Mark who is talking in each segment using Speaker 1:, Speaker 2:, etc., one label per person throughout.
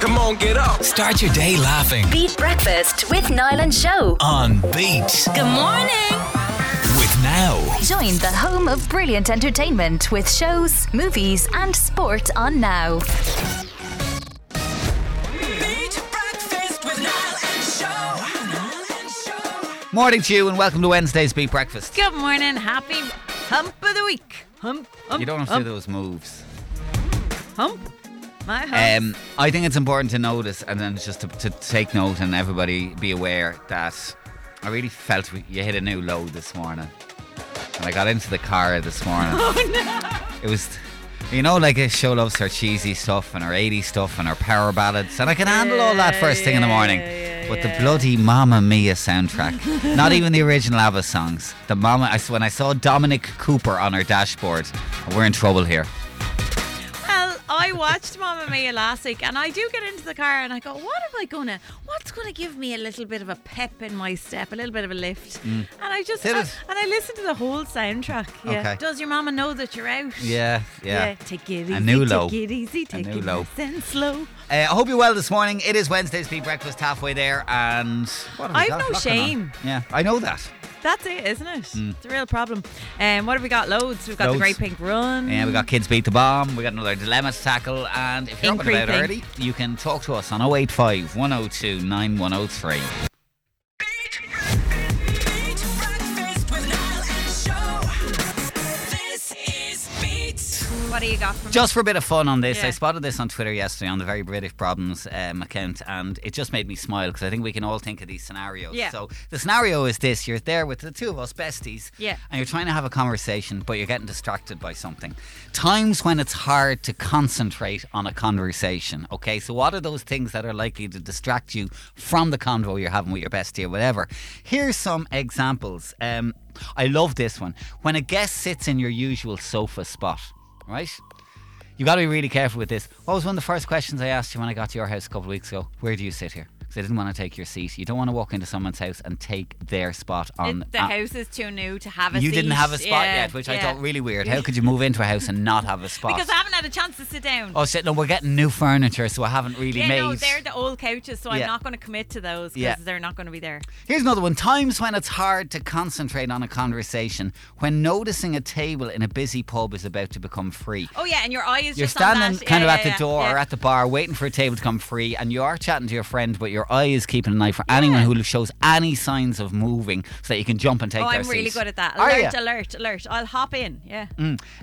Speaker 1: Come on, get up.
Speaker 2: Start your day laughing
Speaker 3: Beat Breakfast with Niall and Show.
Speaker 2: on Beat
Speaker 3: Good morning.
Speaker 2: with Now.
Speaker 3: Join the home of brilliant entertainment with shows, movies, and sport on Now.
Speaker 4: Beat breakfast with Niall and Show.
Speaker 5: Morning to you and welcome to Wednesday's Beat Breakfast.
Speaker 6: Good morning. Happy hump of the week. Hump, hump,
Speaker 5: You don't have to do
Speaker 6: hump,
Speaker 5: those moves.
Speaker 6: hump. My hump.
Speaker 5: Um, I think it's important to notice and then just to, to take note and everybody be aware that I really felt we, you hit a new low this morning. And I got into the car this morning. Oh no! It was, you know, like uh, show loves her cheesy stuff and her 80s stuff and her power ballads, and I can handle all that first thing in the morning. but the bloody Mamma Mia soundtrack, not even the original ABBA songs. The Mama, I, s- when I saw Dominic Cooper on her dashboard, we're in trouble here.
Speaker 6: well, I watched Mamma Mia last week and I do get into the car and I go, what am I going to, what's going to give me a little bit of a pep in my step, a little bit of a lift? And I just,
Speaker 5: Mm. Did
Speaker 6: I-
Speaker 5: it?
Speaker 6: and I listened to the whole soundtrack. Yeah.
Speaker 5: Okay.
Speaker 6: Does your mama know that you're out?
Speaker 5: Yeah, yeah.
Speaker 6: Take it easy.
Speaker 5: A new
Speaker 6: take
Speaker 5: low.
Speaker 6: it easy. Take
Speaker 5: new
Speaker 6: it
Speaker 5: low.
Speaker 6: nice and slow.
Speaker 5: Uh, I hope you're well this morning. It is Wednesday's Beat Breakfast, halfway there, and what have we
Speaker 6: I've
Speaker 5: got
Speaker 6: no
Speaker 5: knocking on?
Speaker 6: shame.
Speaker 5: Yeah, I know that.
Speaker 6: That's it, isn't it? It's a real problem. Um, what have we got? Loads. We've got
Speaker 5: Mm. Loads.
Speaker 6: the Great Pink Run.
Speaker 5: Yeah, we got kids beat the bomb. We got another dilemma to tackle, and if you're up and about
Speaker 6: Increeping.
Speaker 5: early, you can talk to us on 085 102 9103.
Speaker 4: Beat breakfast with Niall and Show. This is Beat.
Speaker 6: What do you got from
Speaker 5: Just for a bit of fun on this, I
Speaker 6: Yeah.
Speaker 5: spotted this on Twitter yesterday on the Very British Problems um, account, and it just made me smile because I think we can all think of these scenarios.
Speaker 6: Yeah.
Speaker 5: So the scenario is this: you're there with the two of us besties,
Speaker 6: Yeah.
Speaker 5: and you're trying to have a conversation, but you're getting distracted by something. Times when it's hard to concentrate on a conversation. Okay, so what are those things that are likely to distract you from the convo you're having with your bestie or whatever? Here's some examples. Um, I love this one. When a guest sits in your usual sofa spot, right? You got to be really careful with this. What was one of the first questions I asked you when I got to your house a couple of weeks ago? Where do you sit here? Because I didn't want to take your seat. You don't want to walk into someone's house and take their spot on
Speaker 6: It- the
Speaker 5: uh,
Speaker 6: house is too new to have a
Speaker 5: You
Speaker 6: seat.
Speaker 5: didn't have a spot
Speaker 6: Yeah,
Speaker 5: yet, which I
Speaker 6: yeah.
Speaker 5: thought really weird. How could you move into a house and not have a spot?
Speaker 6: Because I haven't had a chance to sit down.
Speaker 5: oh shit! No, we're getting new furniture, so I haven't really
Speaker 6: yeah,
Speaker 5: made.
Speaker 6: no, they're the old couches, so
Speaker 5: Yeah.
Speaker 6: I'm not going to commit to those because
Speaker 5: Yeah.
Speaker 6: they're not going to be there.
Speaker 5: Here's another one. Times when it's hard to concentrate on a conversation when noticing a table in a busy pub is about to become free.
Speaker 6: Oh yeah, and your eye is
Speaker 5: You're
Speaker 6: just on
Speaker 5: standing
Speaker 6: that.
Speaker 5: kind
Speaker 6: yeah,
Speaker 5: of
Speaker 6: yeah,
Speaker 5: at the
Speaker 6: yeah,
Speaker 5: door
Speaker 6: yeah.
Speaker 5: or at the bar waiting for a table to come free, and you are chatting to your friend, but your eye is keeping an eye for anyone who shows any signs of moving so that you can jump and take
Speaker 6: Oh,
Speaker 5: their
Speaker 6: I'm really
Speaker 5: seat.
Speaker 6: good at that.
Speaker 5: Are
Speaker 6: Alert,
Speaker 5: ya?
Speaker 6: alert, alert. I'll hop in. Yeah.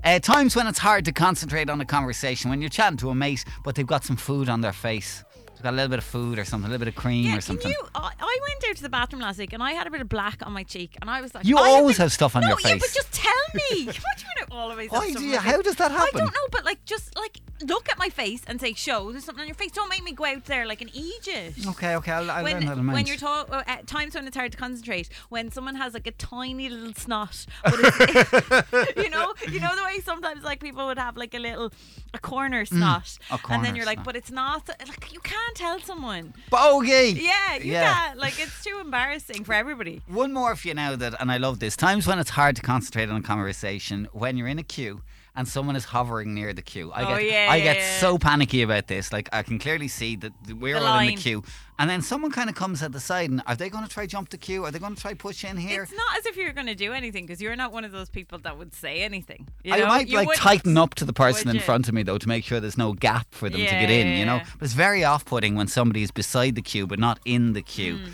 Speaker 5: Uh, times when it's hard to concentrate on a conversation when you're chatting to a mate, but they've got some food on their face. They've got a little bit of food or something, a little bit of cream
Speaker 6: Yeah,
Speaker 5: or
Speaker 6: can
Speaker 5: something.
Speaker 6: you? I, I went out to the bathroom last week and I had a bit of black on my cheek, and I was like,
Speaker 5: You
Speaker 6: I
Speaker 5: always
Speaker 6: been-
Speaker 5: have stuff on
Speaker 6: no,
Speaker 5: your
Speaker 6: Yeah, but
Speaker 5: face.
Speaker 6: just tell me. what do you mean I always? have
Speaker 5: Why
Speaker 6: stuff
Speaker 5: do
Speaker 6: on
Speaker 5: you-
Speaker 6: my face?
Speaker 5: how does that happen?
Speaker 6: I don't know, but like, just like look at my face and say, "Show there's something on your face." Don't make me go out there like an Egypt.
Speaker 5: Okay, okay, I'll, I'll learn
Speaker 6: When,
Speaker 5: how to
Speaker 6: when
Speaker 5: manage.
Speaker 6: you're ta- uh, at times when it's hard to concentrate, when someone has like a tiny little snot, but it's, you know, you know the way sometimes like people would have like a little a corner snot,
Speaker 5: Mm, a
Speaker 6: and
Speaker 5: corner
Speaker 6: then you're like,
Speaker 5: snot.
Speaker 6: but it's not like you can't tell someone.
Speaker 5: Bogey!
Speaker 6: Yeah, you
Speaker 5: Yeah.
Speaker 6: can't. Like it's too embarrassing for everybody.
Speaker 5: One more for you now that, and I love this. Times when it's hard to concentrate on a conversation when you're in a queue and someone is hovering near the queue. I
Speaker 6: Oh,
Speaker 5: get,
Speaker 6: yeah,
Speaker 5: I
Speaker 6: yeah,
Speaker 5: get
Speaker 6: yeah.
Speaker 5: so panicky about this. Like I can clearly see that th- we're
Speaker 6: The
Speaker 5: all in
Speaker 6: line.
Speaker 5: the queue, and then someone kind of comes at the side. And are they going to try jump the queue? Are they going to try push in here?
Speaker 6: It's not as if you're going to do anything because you're not one of those people that would say anything. You
Speaker 5: I
Speaker 6: know?
Speaker 5: might
Speaker 6: You
Speaker 5: like
Speaker 6: wouldn't.
Speaker 5: tighten up to the person
Speaker 6: Would
Speaker 5: in
Speaker 6: you?
Speaker 5: front of me though to make sure there's no gap for them to
Speaker 6: Yeah,
Speaker 5: get in,
Speaker 6: yeah,
Speaker 5: you know.
Speaker 6: yeah.
Speaker 5: But it's very off-putting when somebody is beside the queue but not in the queue.
Speaker 6: Hmm.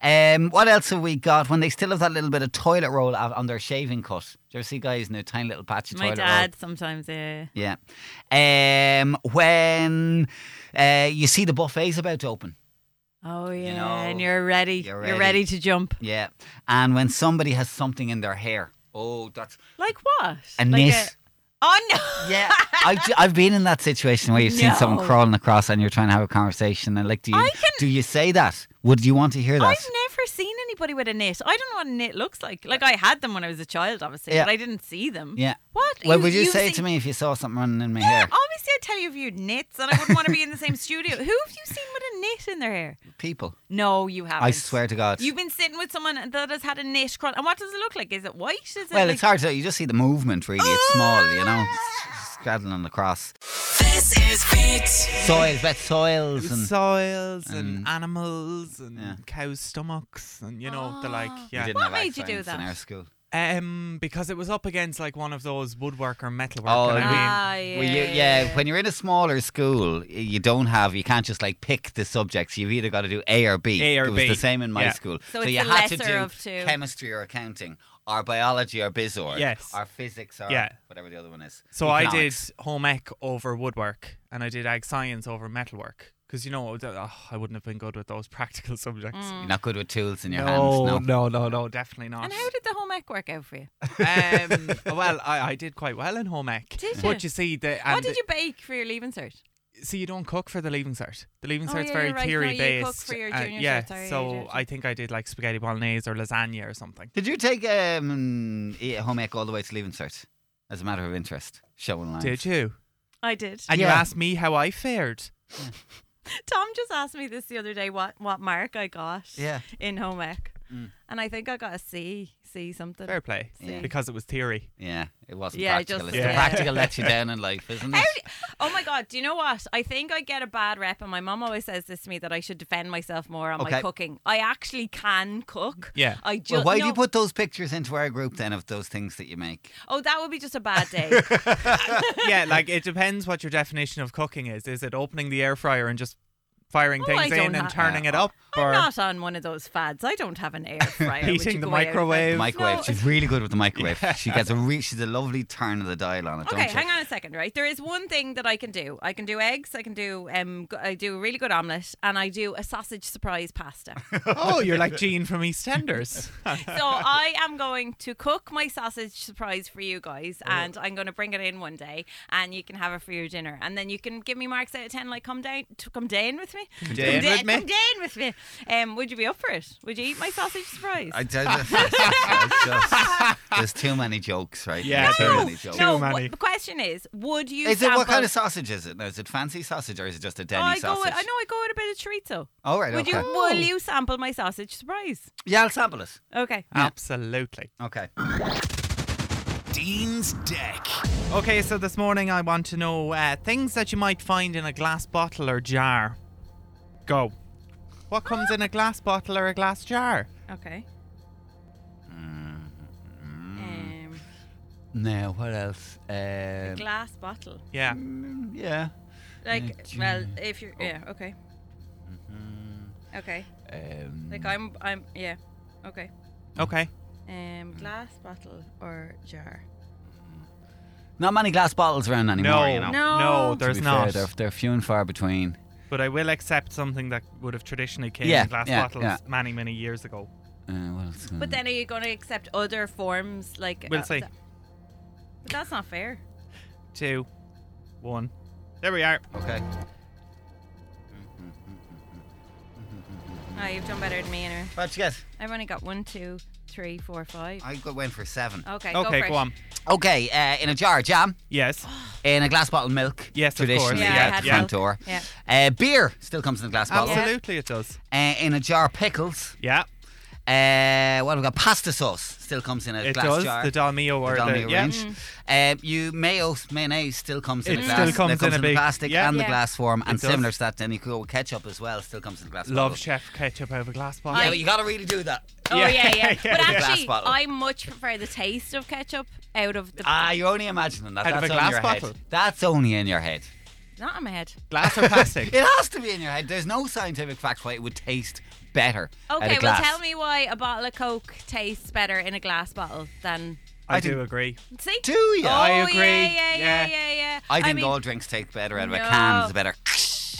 Speaker 5: Um, what else have we got? When they still have that little bit of toilet roll out on their shaving cut. Do you ever see guys in a tiny little patch of
Speaker 6: My
Speaker 5: toilet
Speaker 6: dad sometimes. Uh,
Speaker 5: roll? Yeah. Um, when uh, you see the buffet's about to open.
Speaker 6: oh yeah, and
Speaker 5: know,
Speaker 6: you're ready.
Speaker 5: you're ready.
Speaker 6: you're ready to jump.
Speaker 5: Yeah. And when somebody has something in their hair. Oh, that's
Speaker 6: Like what?
Speaker 5: A
Speaker 6: like
Speaker 5: knit.
Speaker 6: oh no!
Speaker 5: Yeah, I ju- I've been in that situation where you've seen someone
Speaker 6: No.
Speaker 5: crawling across and you're trying to have a conversation and like, do you
Speaker 6: I can-
Speaker 5: do you say that? Would you want to hear that?
Speaker 6: I've never seen anybody with a knit. I don't know what a knit looks like. Like I had them when I was a child, obviously,
Speaker 5: Yeah.
Speaker 6: but I didn't see them.
Speaker 5: yeah.
Speaker 6: What?
Speaker 5: Well, would you say
Speaker 6: see-
Speaker 5: it to me if you saw something running in my
Speaker 6: Yeah,
Speaker 5: hair?
Speaker 6: obviously I'd tell you if you had knits, and I wouldn't want to be in the same studio. Who have you seen with a knit in their hair?
Speaker 5: People,
Speaker 6: No, you haven't.
Speaker 5: I swear to God.
Speaker 6: You've been sitting with someone that has had a knit cross. And what does it look like? Is it white? Is it
Speaker 5: well,
Speaker 6: like- Ah.
Speaker 5: it's hard to. You just see the movement, really. It's small, you know, s- s- straddling across.
Speaker 4: This is Beat.
Speaker 5: Soils, wet soils, and
Speaker 7: soils and, animals and
Speaker 5: Yeah.
Speaker 7: cows' stomachs and you know they're like
Speaker 5: we
Speaker 7: yeah
Speaker 5: didn't
Speaker 6: What
Speaker 5: have
Speaker 6: made you do
Speaker 5: accents in
Speaker 6: that?
Speaker 5: our school.
Speaker 7: um because it was up against like one of those woodworker metalworker
Speaker 5: Oh,
Speaker 7: and I
Speaker 5: we-
Speaker 6: Ah,
Speaker 7: mean,
Speaker 5: Well, you, yeah, when you're in a smaller school, y- you don't have, you can't just like pick the subjects. You've either got to do A or B.
Speaker 7: A or
Speaker 5: it was
Speaker 7: B,
Speaker 5: the same in my
Speaker 7: yeah.
Speaker 5: school.
Speaker 6: So it's
Speaker 5: you
Speaker 6: the
Speaker 5: had to
Speaker 6: lesser
Speaker 5: do
Speaker 6: of two.
Speaker 5: chemistry or accounting, or biology or biz or,
Speaker 7: Yes.
Speaker 5: or physics or
Speaker 7: Yeah.
Speaker 5: whatever the other one is.
Speaker 7: so I did
Speaker 5: Economics.
Speaker 7: home ec over woodwork and I did ag science over metalwork because you know oh, I wouldn't have been good with those practical subjects.
Speaker 5: You're not good with tools in your
Speaker 7: no,
Speaker 5: hands. No.
Speaker 7: no, no, no, definitely not.
Speaker 6: Mm. And how did the home ec work out for you?
Speaker 7: um, well, I, I did quite well in home ec.
Speaker 6: Did
Speaker 7: But
Speaker 6: you?
Speaker 7: you see, the, and
Speaker 6: What did you bake for your leaving cert?
Speaker 7: see, you don't cook for the leaving cert. The leaving
Speaker 6: Oh,
Speaker 7: cert's
Speaker 6: yeah,
Speaker 7: very
Speaker 6: you're right. No,
Speaker 7: theory
Speaker 6: you
Speaker 7: based.
Speaker 6: cook for your
Speaker 7: uh,
Speaker 6: junior
Speaker 7: yeah,
Speaker 6: cert. Sorry, you
Speaker 7: so
Speaker 6: did, yeah.
Speaker 7: I think I did like spaghetti bolognese or lasagna or something.
Speaker 5: Did you take um, e- home ec all the way to leaving cert as a matter of interest? Showing lines.
Speaker 7: Did you?
Speaker 6: I did.
Speaker 7: And you
Speaker 5: Yeah.
Speaker 7: asked me how I fared.
Speaker 6: Tom just asked me this the other day what, what mark I got
Speaker 5: Yeah. Mm.
Speaker 6: in home ec. And I think I got a C, C something.
Speaker 7: Fair play,
Speaker 6: Yeah.
Speaker 7: because it was theory.
Speaker 5: Yeah, it wasn't
Speaker 6: Yeah,
Speaker 5: practical.
Speaker 6: just-
Speaker 5: it's the
Speaker 7: Yeah.
Speaker 5: practical lets you down in life, isn't it?
Speaker 6: Oh my God, do you know what? I think I get a bad rep, and my mum always says this to me that I should defend myself more on
Speaker 5: Okay.
Speaker 6: my cooking. I actually can cook.
Speaker 7: Yeah.
Speaker 6: I just.
Speaker 5: Well, why do
Speaker 6: no-
Speaker 5: you put those pictures into our group then of those things that you make?
Speaker 6: Oh, that would be just a bad day.
Speaker 7: yeah, like it depends what your definition of cooking is. Is it opening the air fryer and just firing
Speaker 6: Oh, I
Speaker 7: things
Speaker 6: don't
Speaker 7: in
Speaker 6: have-
Speaker 7: and turning it up?
Speaker 6: I'm
Speaker 7: or
Speaker 6: not on one of those fads. I don't have an air fryer. which
Speaker 7: Heating
Speaker 6: you
Speaker 7: the
Speaker 6: go out and-
Speaker 7: microwave.
Speaker 5: The microwave.
Speaker 6: No,
Speaker 5: She's really good with the microwave. She gets a re- she's a lovely turn of the dial on it.
Speaker 6: Okay,
Speaker 5: don't
Speaker 6: hang
Speaker 5: you?
Speaker 6: on a second, right? There is one thing that I can do. I can do eggs. I can do um. g- I do a really good omelet, and I do a sausage surprise pasta. so
Speaker 7: oh, you're like Jean from EastEnders.
Speaker 6: I am going to cook my sausage surprise for you guys,
Speaker 5: Oh.
Speaker 6: and I'm going to bring it in one day, and you can have it for your dinner, and then you can give me marks out of ten. Like come down, to come down with me. Come
Speaker 7: down with
Speaker 6: da-
Speaker 7: me.
Speaker 6: Come down with me. Um, would you be up for it? Would you eat my sausage surprise?
Speaker 5: I don't I just- there's too many jokes, right?
Speaker 7: Yeah,
Speaker 5: There's
Speaker 7: there
Speaker 5: too
Speaker 7: is.
Speaker 5: many jokes.
Speaker 7: Too
Speaker 6: no,
Speaker 7: many.
Speaker 6: what- the question is, would you?
Speaker 5: Is it what kind
Speaker 6: sample-
Speaker 5: of sausage is it? Now, is it fancy sausage or is it just a
Speaker 6: Oh,
Speaker 5: Denny
Speaker 6: I go.
Speaker 5: sausage?
Speaker 6: With, I know. I go with a bit of chorizo.
Speaker 5: All right.
Speaker 6: Would
Speaker 5: okay.
Speaker 6: you will you sample my sausage surprise?
Speaker 5: Yeah, I'll sample it.
Speaker 6: Okay.
Speaker 7: Ah. Absolutely.
Speaker 5: Okay.
Speaker 2: Dean's Deck.
Speaker 7: Okay, so this morning I want to know uh, things that you might find in a glass bottle or jar. Go. What comes in a glass bottle or a glass jar?
Speaker 6: Okay.
Speaker 7: Mm-hmm.
Speaker 6: Um,
Speaker 5: Now, what else? Um,
Speaker 6: glass bottle.
Speaker 7: Yeah.
Speaker 5: yeah.
Speaker 6: Like well, if
Speaker 7: Oh.
Speaker 6: you're yeah, okay.
Speaker 7: Mm-hmm.
Speaker 6: Okay.
Speaker 5: Um,
Speaker 7: Mm.
Speaker 6: Like I'm I'm yeah. Okay.
Speaker 7: Okay.
Speaker 6: Um
Speaker 7: Mm.
Speaker 6: glass bottle or jar.
Speaker 5: not many glass bottles around anymore, you know.
Speaker 7: no,
Speaker 5: to
Speaker 6: No.
Speaker 5: be
Speaker 7: there's
Speaker 5: fair,
Speaker 7: not.
Speaker 5: they're, they're few and far between.
Speaker 7: But I will accept something that would have traditionally came
Speaker 5: Yeah,
Speaker 7: in glass
Speaker 5: yeah,
Speaker 7: bottles
Speaker 5: yeah.
Speaker 7: many, many years ago.
Speaker 5: Uh, what else?
Speaker 6: But then are you going to accept other forms like
Speaker 7: Mm.
Speaker 6: uh,
Speaker 7: We'll see.
Speaker 6: th- But that's not fair.
Speaker 7: Two, one. There we are.
Speaker 5: Okay.
Speaker 6: Oh, you've done better than me, anyway.
Speaker 5: What'd you get?
Speaker 6: I've only got one, two, three, four, five.
Speaker 5: I go- went for seven.
Speaker 6: Okay. go,
Speaker 7: Okay,
Speaker 6: for
Speaker 7: go
Speaker 6: it.
Speaker 7: on.
Speaker 5: Okay, uh, in a jar, jam.
Speaker 7: Yes.
Speaker 5: In a glass bottle of milk.
Speaker 7: Yes, of course.
Speaker 5: traditionally
Speaker 6: Yeah, I
Speaker 5: at
Speaker 6: had
Speaker 5: the front
Speaker 6: milk.
Speaker 5: door.
Speaker 6: Yeah.
Speaker 5: Uh, beer still comes in a glass bottle.
Speaker 7: Absolutely, it does.
Speaker 5: Uh, in a jar, pickles.
Speaker 7: Yeah,
Speaker 5: Uh, what have we got? Pasta sauce still comes in a
Speaker 7: it
Speaker 5: glass
Speaker 7: does.
Speaker 5: jar.
Speaker 7: The Dalmio or the,
Speaker 5: Dalmia
Speaker 7: yeah.
Speaker 5: range.
Speaker 6: Mm.
Speaker 5: Um, you mayo mayonnaise still comes in
Speaker 7: It
Speaker 5: a
Speaker 7: still
Speaker 5: glass.
Speaker 7: comes
Speaker 5: that comes
Speaker 7: in a
Speaker 5: the
Speaker 7: big-
Speaker 5: plastic
Speaker 7: yeah.
Speaker 5: and the
Speaker 6: Yeah.
Speaker 5: glass form, and
Speaker 7: It does.
Speaker 5: similar to that. Then you could go with ketchup as well. Still comes in a glass.
Speaker 7: Love
Speaker 5: bottle.
Speaker 7: chef ketchup out of a glass bottle.
Speaker 5: Yeah, but you got to really do that.
Speaker 6: Oh yeah, yeah. but
Speaker 5: yeah. Glass
Speaker 6: actually,
Speaker 5: bottle.
Speaker 6: I much prefer the taste of ketchup out of the.
Speaker 5: Ah, you're only imagining that.
Speaker 7: Out of
Speaker 5: That's
Speaker 7: a
Speaker 5: only
Speaker 7: glass
Speaker 5: your
Speaker 7: bottle.
Speaker 5: head. That's only in your head.
Speaker 6: not in my head.
Speaker 7: Glass or plastic?
Speaker 5: It has to be in your head. There's no scientific fact why it would taste better. out of
Speaker 6: Okay, well,
Speaker 5: glass.
Speaker 6: tell me why a bottle of Coke tastes better in a glass bottle than.
Speaker 7: I do agree.
Speaker 6: See?
Speaker 5: Do you?
Speaker 6: Oh,
Speaker 5: I
Speaker 7: agree.
Speaker 6: Yeah, yeah,
Speaker 7: Yeah.
Speaker 6: yeah, yeah, yeah.
Speaker 5: I think
Speaker 6: mean,
Speaker 5: all drinks taste better out of a
Speaker 6: No.
Speaker 5: can. It's better.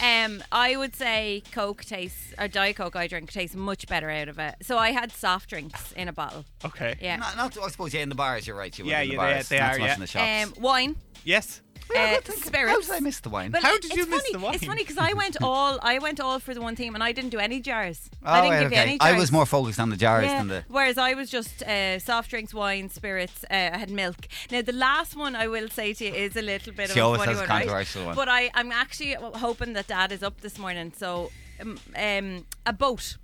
Speaker 6: Um, I would say Coke tastes, or Diet Coke I drink tastes much better out of it. So I had soft drinks in a bottle.
Speaker 7: Okay.
Speaker 6: Yeah.
Speaker 5: Not, not, I suppose, yeah, in the bars, you're right. You would
Speaker 7: Yeah,
Speaker 5: in the
Speaker 7: yeah, they-
Speaker 5: bars.
Speaker 7: they
Speaker 5: not
Speaker 7: are,
Speaker 5: so much
Speaker 7: yeah.
Speaker 5: in the shops.
Speaker 6: Um, wine,
Speaker 7: Yes.
Speaker 6: uh,
Speaker 5: How
Speaker 6: spirits.
Speaker 5: did I miss the wine?
Speaker 6: But
Speaker 7: How
Speaker 6: it-
Speaker 7: did you
Speaker 6: it's
Speaker 7: miss
Speaker 6: funny,
Speaker 7: the
Speaker 6: It's
Speaker 7: wine?
Speaker 6: funny because I went all I went all for the one theme and I didn't do any jars.
Speaker 5: Oh,
Speaker 6: I didn't
Speaker 5: right,
Speaker 6: give you
Speaker 5: okay.
Speaker 6: any jars.
Speaker 5: I was more focused on the jars
Speaker 6: Yeah,
Speaker 5: than the.
Speaker 6: Whereas I was just uh, soft drinks, wine, spirits. Uh, I had milk. Now the last one I will say to you is a little bit
Speaker 5: She
Speaker 6: of a
Speaker 5: always
Speaker 6: funny
Speaker 5: has a
Speaker 6: one, right?
Speaker 5: controversial one.
Speaker 6: But I, I'm actually hoping that Dad is up this morning. So um, um, a boat.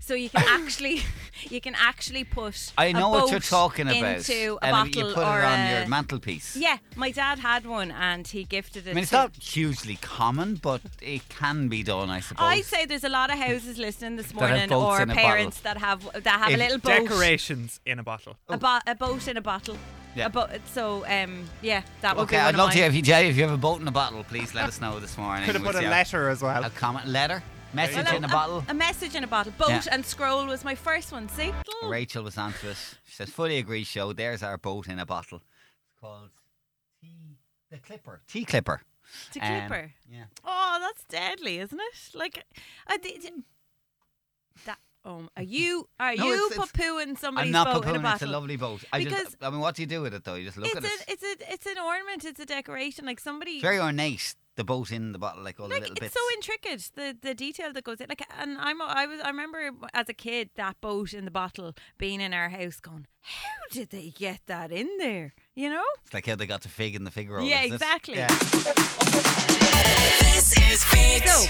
Speaker 8: So you can actually you can actually put
Speaker 5: I
Speaker 8: a
Speaker 5: know what you're
Speaker 8: boat
Speaker 5: talking about.
Speaker 8: into a
Speaker 5: and
Speaker 8: bottle
Speaker 5: you put
Speaker 8: or
Speaker 5: it on
Speaker 8: a,
Speaker 5: your mantelpiece.
Speaker 6: Yeah, my dad had one and he gifted it.
Speaker 5: I mean, it's
Speaker 6: to-
Speaker 5: not hugely common, but it can be done, I suppose.
Speaker 6: I'd say there's a lot of houses listening this
Speaker 5: have
Speaker 6: morning,
Speaker 5: boats
Speaker 6: or
Speaker 5: in a bottle.
Speaker 6: parents that have that have a
Speaker 5: If
Speaker 6: little boat,
Speaker 7: Decorations in a bottle.
Speaker 6: a, bo- a boat in a bottle.
Speaker 5: Oh. Yeah.
Speaker 6: A bo- so um, yeah, that would
Speaker 5: okay,
Speaker 6: be one
Speaker 5: I'd
Speaker 6: of
Speaker 5: love
Speaker 6: mine.
Speaker 5: to hear if you, Jay, if you have a boat in a bottle, please let us know this morning.
Speaker 7: Could have
Speaker 5: We'll
Speaker 7: put a
Speaker 5: see how-
Speaker 7: letter as well.
Speaker 5: A comment, letter, message
Speaker 6: Well,
Speaker 5: in a
Speaker 6: a,
Speaker 5: bottle.
Speaker 6: A message in a bottle. Boat
Speaker 5: Yeah.
Speaker 6: and scroll was my first one. See.
Speaker 5: Rachel was on to us. She says, "Fully agree, show. There's our boat in a bottle. It's called tea, the clipper. Tea clipper.
Speaker 6: To
Speaker 5: Um,
Speaker 6: Clipper.
Speaker 5: yeah.
Speaker 8: Oh, that's deadly, isn't it?
Speaker 6: Like, I did. That, um, are you are
Speaker 5: Mm-hmm. No,
Speaker 6: you
Speaker 5: it's- it's-
Speaker 6: poo-pooing somebody's
Speaker 5: I'm not
Speaker 6: boat in a
Speaker 5: poo-pooing,
Speaker 6: bottle?
Speaker 5: It's a lovely boat. I
Speaker 6: Because-
Speaker 5: just, I mean, what do you do with it though? You just look
Speaker 6: it's
Speaker 5: at
Speaker 6: a,
Speaker 5: it. It's
Speaker 6: it's a it's an ornament. It's a decoration. Like somebody.
Speaker 5: very ornate. The boat in the bottle, like all the
Speaker 6: like
Speaker 5: little bits.
Speaker 6: it's so intricate the the detail that goes in like and i'm i was i remember as a kid that boat in the bottle being in our house going how did they get that in there you know
Speaker 5: It's like how they got the fig in the fig roll.
Speaker 6: yeah
Speaker 5: isn't it?
Speaker 6: exactly
Speaker 7: Yeah.
Speaker 1: This is Beat.
Speaker 6: So,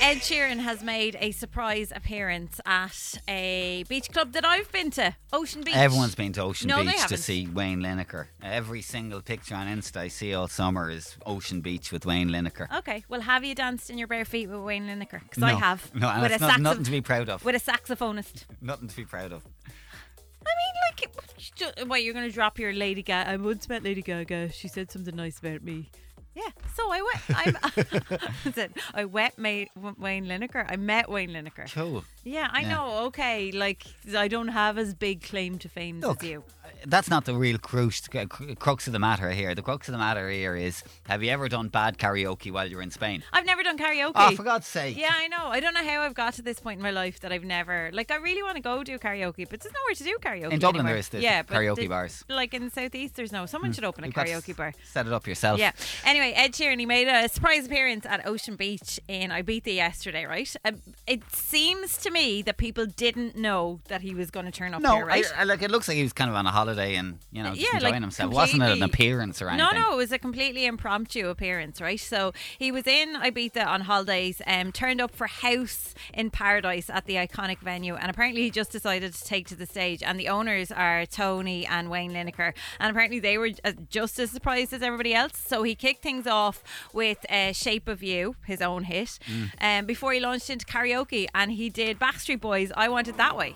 Speaker 6: Ed Sheeran has made a surprise appearance at a beach club that I've been to, Ocean Beach.
Speaker 5: Everyone's been to Ocean
Speaker 6: No, they
Speaker 5: Beach to
Speaker 6: haven't.
Speaker 5: see Wayne Lineker. Every single picture on Insta I see all summer is Ocean Beach with Wayne Lineker.
Speaker 6: Okay, well, have you danced in your bare feet with Wayne Lineker? Because
Speaker 5: no,
Speaker 6: Oh, I have.
Speaker 5: No, and
Speaker 6: with
Speaker 5: it's
Speaker 6: a
Speaker 5: not,
Speaker 6: saxo-
Speaker 5: nothing to be proud of.
Speaker 6: With a saxophonist.
Speaker 5: nothing to be proud of.
Speaker 6: I mean, like, it- ju- wait, you're going to drop your Lady Gaga? I once met Lady Gaga. She said something nice about me. Yeah, so I went. I, Is it- I wet made Wayne Lineker. I met Wayne Lineker.
Speaker 5: Cool.
Speaker 6: Yeah, I
Speaker 5: Yeah.
Speaker 6: know. Okay, like I don't have as big claim to fame
Speaker 5: Look,
Speaker 6: as you.
Speaker 5: That's not the real crux, cru- crux of the matter here. The crux of the matter here is have you ever done bad karaoke while you're in Spain?
Speaker 6: I've never done karaoke.
Speaker 5: Oh, for God's sake.
Speaker 6: Yeah, I know. I don't know how I've got to this point in my life that I've never like. I really want to go do karaoke, but there's nowhere to do karaoke
Speaker 5: In Dublin
Speaker 6: anywhere.
Speaker 5: there is the
Speaker 6: yeah, but
Speaker 5: karaoke
Speaker 6: the-
Speaker 5: bars. Hmm.
Speaker 6: Like in the southeast, there's no. Someone should open a
Speaker 5: You've got to
Speaker 6: karaoke bar.
Speaker 5: Set it up yourself.
Speaker 6: Yeah. Anyway, Ed Sheeran he made a surprise appearance at Ocean Beach in Ibiza yesterday, right? Um, it seems to me that people didn't know that he was going to turn up
Speaker 5: No,
Speaker 6: here, right? Uh,
Speaker 5: I, I, like it looks like he was kind of on a holiday and you know just
Speaker 6: Yeah,
Speaker 5: enjoying
Speaker 6: like,
Speaker 5: himself. Wasn't it an
Speaker 6: completely.
Speaker 5: appearance or anything?
Speaker 6: No, no, it was a completely impromptu appearance, right? So he was in Ibiza on holidays, um, turned up for House in Paradise at the iconic venue, and apparently he just decided to take to the stage. And the owners are Tony and Wayne Lineker, and apparently they were uh, just as surprised as everybody else. So he kicked things off with uh, "Shape of You," his own hit,
Speaker 5: Mm.
Speaker 6: um, before he launched into karaoke, and he did Backstreet Boys' "I Want It That Way."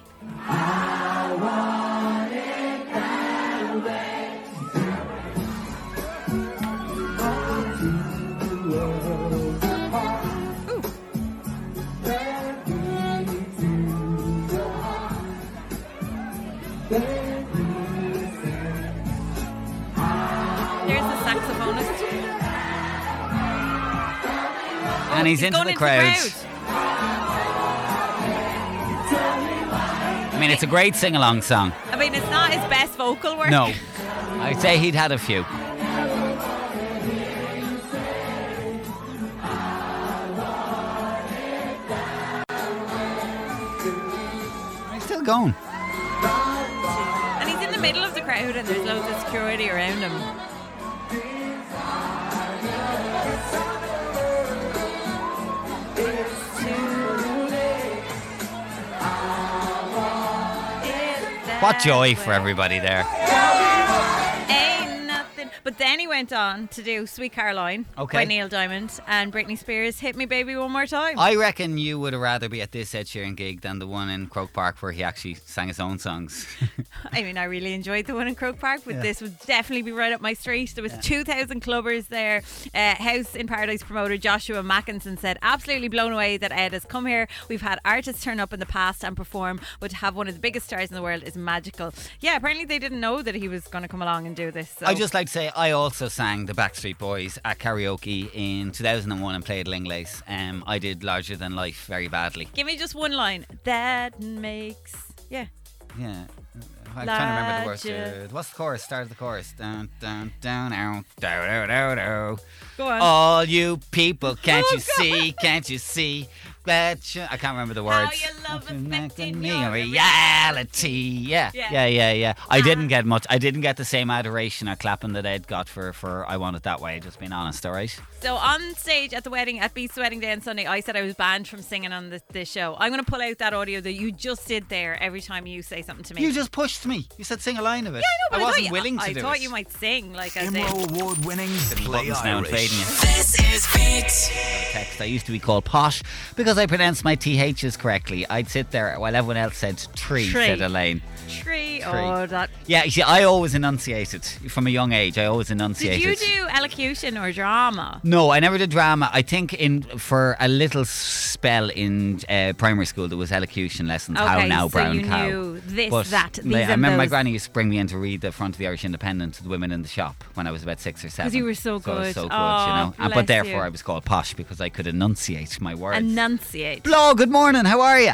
Speaker 6: There's the saxophonist,
Speaker 5: And he's, into
Speaker 6: oh,
Speaker 5: the
Speaker 6: going into
Speaker 5: crowd.
Speaker 6: the crowd.
Speaker 5: I mean, it's a great sing-along song.
Speaker 6: I mean, it's not his best vocal work.
Speaker 5: No, I'd say he'd had a few. He's still going.
Speaker 6: And he's in the middle of the crowd and there's loads of security around him.
Speaker 5: What joy for everybody there.
Speaker 6: Ain't nothing. But then he went on to do Sweet Caroline
Speaker 5: Okay.
Speaker 6: by Neil Diamond and Britney Spears Hit Me Baby One More Time.
Speaker 5: I reckon you would have rather be at this Ed Sheeran gig than the one in Croke Park where he actually sang his own songs.
Speaker 6: I mean, I really enjoyed the one in Croke Park, but this would definitely be right up my street. There was 2,000 clubbers there. Uh, House in Paradise promoter Joshua Mackinson said, absolutely blown away that Ed has come here. We've had artists turn up in the past and perform, but to have one of the biggest stars in the world is magical. Yeah, apparently they didn't know that he was going to come along and do this. So.
Speaker 5: I just like to say I also sang the Backstreet Boys at karaoke in 2001 and played Linglace. Um, I did Larger Than Life very badly.
Speaker 6: Give me just one line. That makes. Yeah.
Speaker 5: Yeah. I'm trying to remember the words.
Speaker 6: Larger.
Speaker 5: Uh, What's the chorus? Start of the chorus. Down, down, down, down, down, down, down.
Speaker 6: Go on.
Speaker 5: Oh, All you people, can't
Speaker 6: Oh,
Speaker 5: you see? Can't you see? Gretchen. I can't remember the
Speaker 6: How
Speaker 5: words.
Speaker 6: you love
Speaker 5: Nothing
Speaker 6: affecting
Speaker 5: like
Speaker 6: your
Speaker 5: me, reality. Yeah.
Speaker 6: Yeah. Uh-huh.
Speaker 5: yeah, yeah, yeah, I didn't get much. I didn't get the same adoration or clapping that Ed got for for I want it that way. Just being honest, all right.
Speaker 6: So on stage at the wedding at Beast's wedding day on Sunday, I said I was banned from singing on this, this show. I'm going to pull out that audio that you just did there every time you say something to me.
Speaker 5: You just pushed me. You said sing a line of it.
Speaker 6: But
Speaker 5: I wasn't
Speaker 6: thought you-
Speaker 5: willing to
Speaker 6: I
Speaker 5: do
Speaker 6: thought
Speaker 5: it.
Speaker 6: you might sing, like as in.
Speaker 9: Emerald Award winning Play
Speaker 5: Buttons now
Speaker 9: Irish.
Speaker 5: invading you.
Speaker 1: This is Beat.
Speaker 5: text. I used to be called posh because I pronounced my THs correctly. I'd sit there while everyone else said tree,
Speaker 6: Tree.
Speaker 5: said Elaine.
Speaker 6: Tree. Oh, that.
Speaker 5: Yeah, you see, I always enunciated from a young age. I always
Speaker 6: Did
Speaker 5: enunciated.
Speaker 6: you do elocution or drama?
Speaker 5: No, I never did drama. I think in for a little spell in uh, primary school there was elocution lessons. how
Speaker 6: Okay,
Speaker 5: now,
Speaker 6: so
Speaker 5: brown
Speaker 6: you
Speaker 5: cow.
Speaker 6: knew this,
Speaker 5: But
Speaker 6: that,
Speaker 5: I
Speaker 6: these and
Speaker 5: remember my
Speaker 6: those.
Speaker 5: granny used to bring me in to read the front of the Irish Independent to the women in the shop when I was about six or seven.
Speaker 6: you were so
Speaker 5: I was
Speaker 6: good.
Speaker 5: so good, you
Speaker 6: Aw,
Speaker 5: know. And-
Speaker 6: bless
Speaker 5: but therefore,
Speaker 6: you.
Speaker 5: I was called posh because I could enunciate my words.
Speaker 6: Enunciate.
Speaker 5: Blo, good morning. How are you?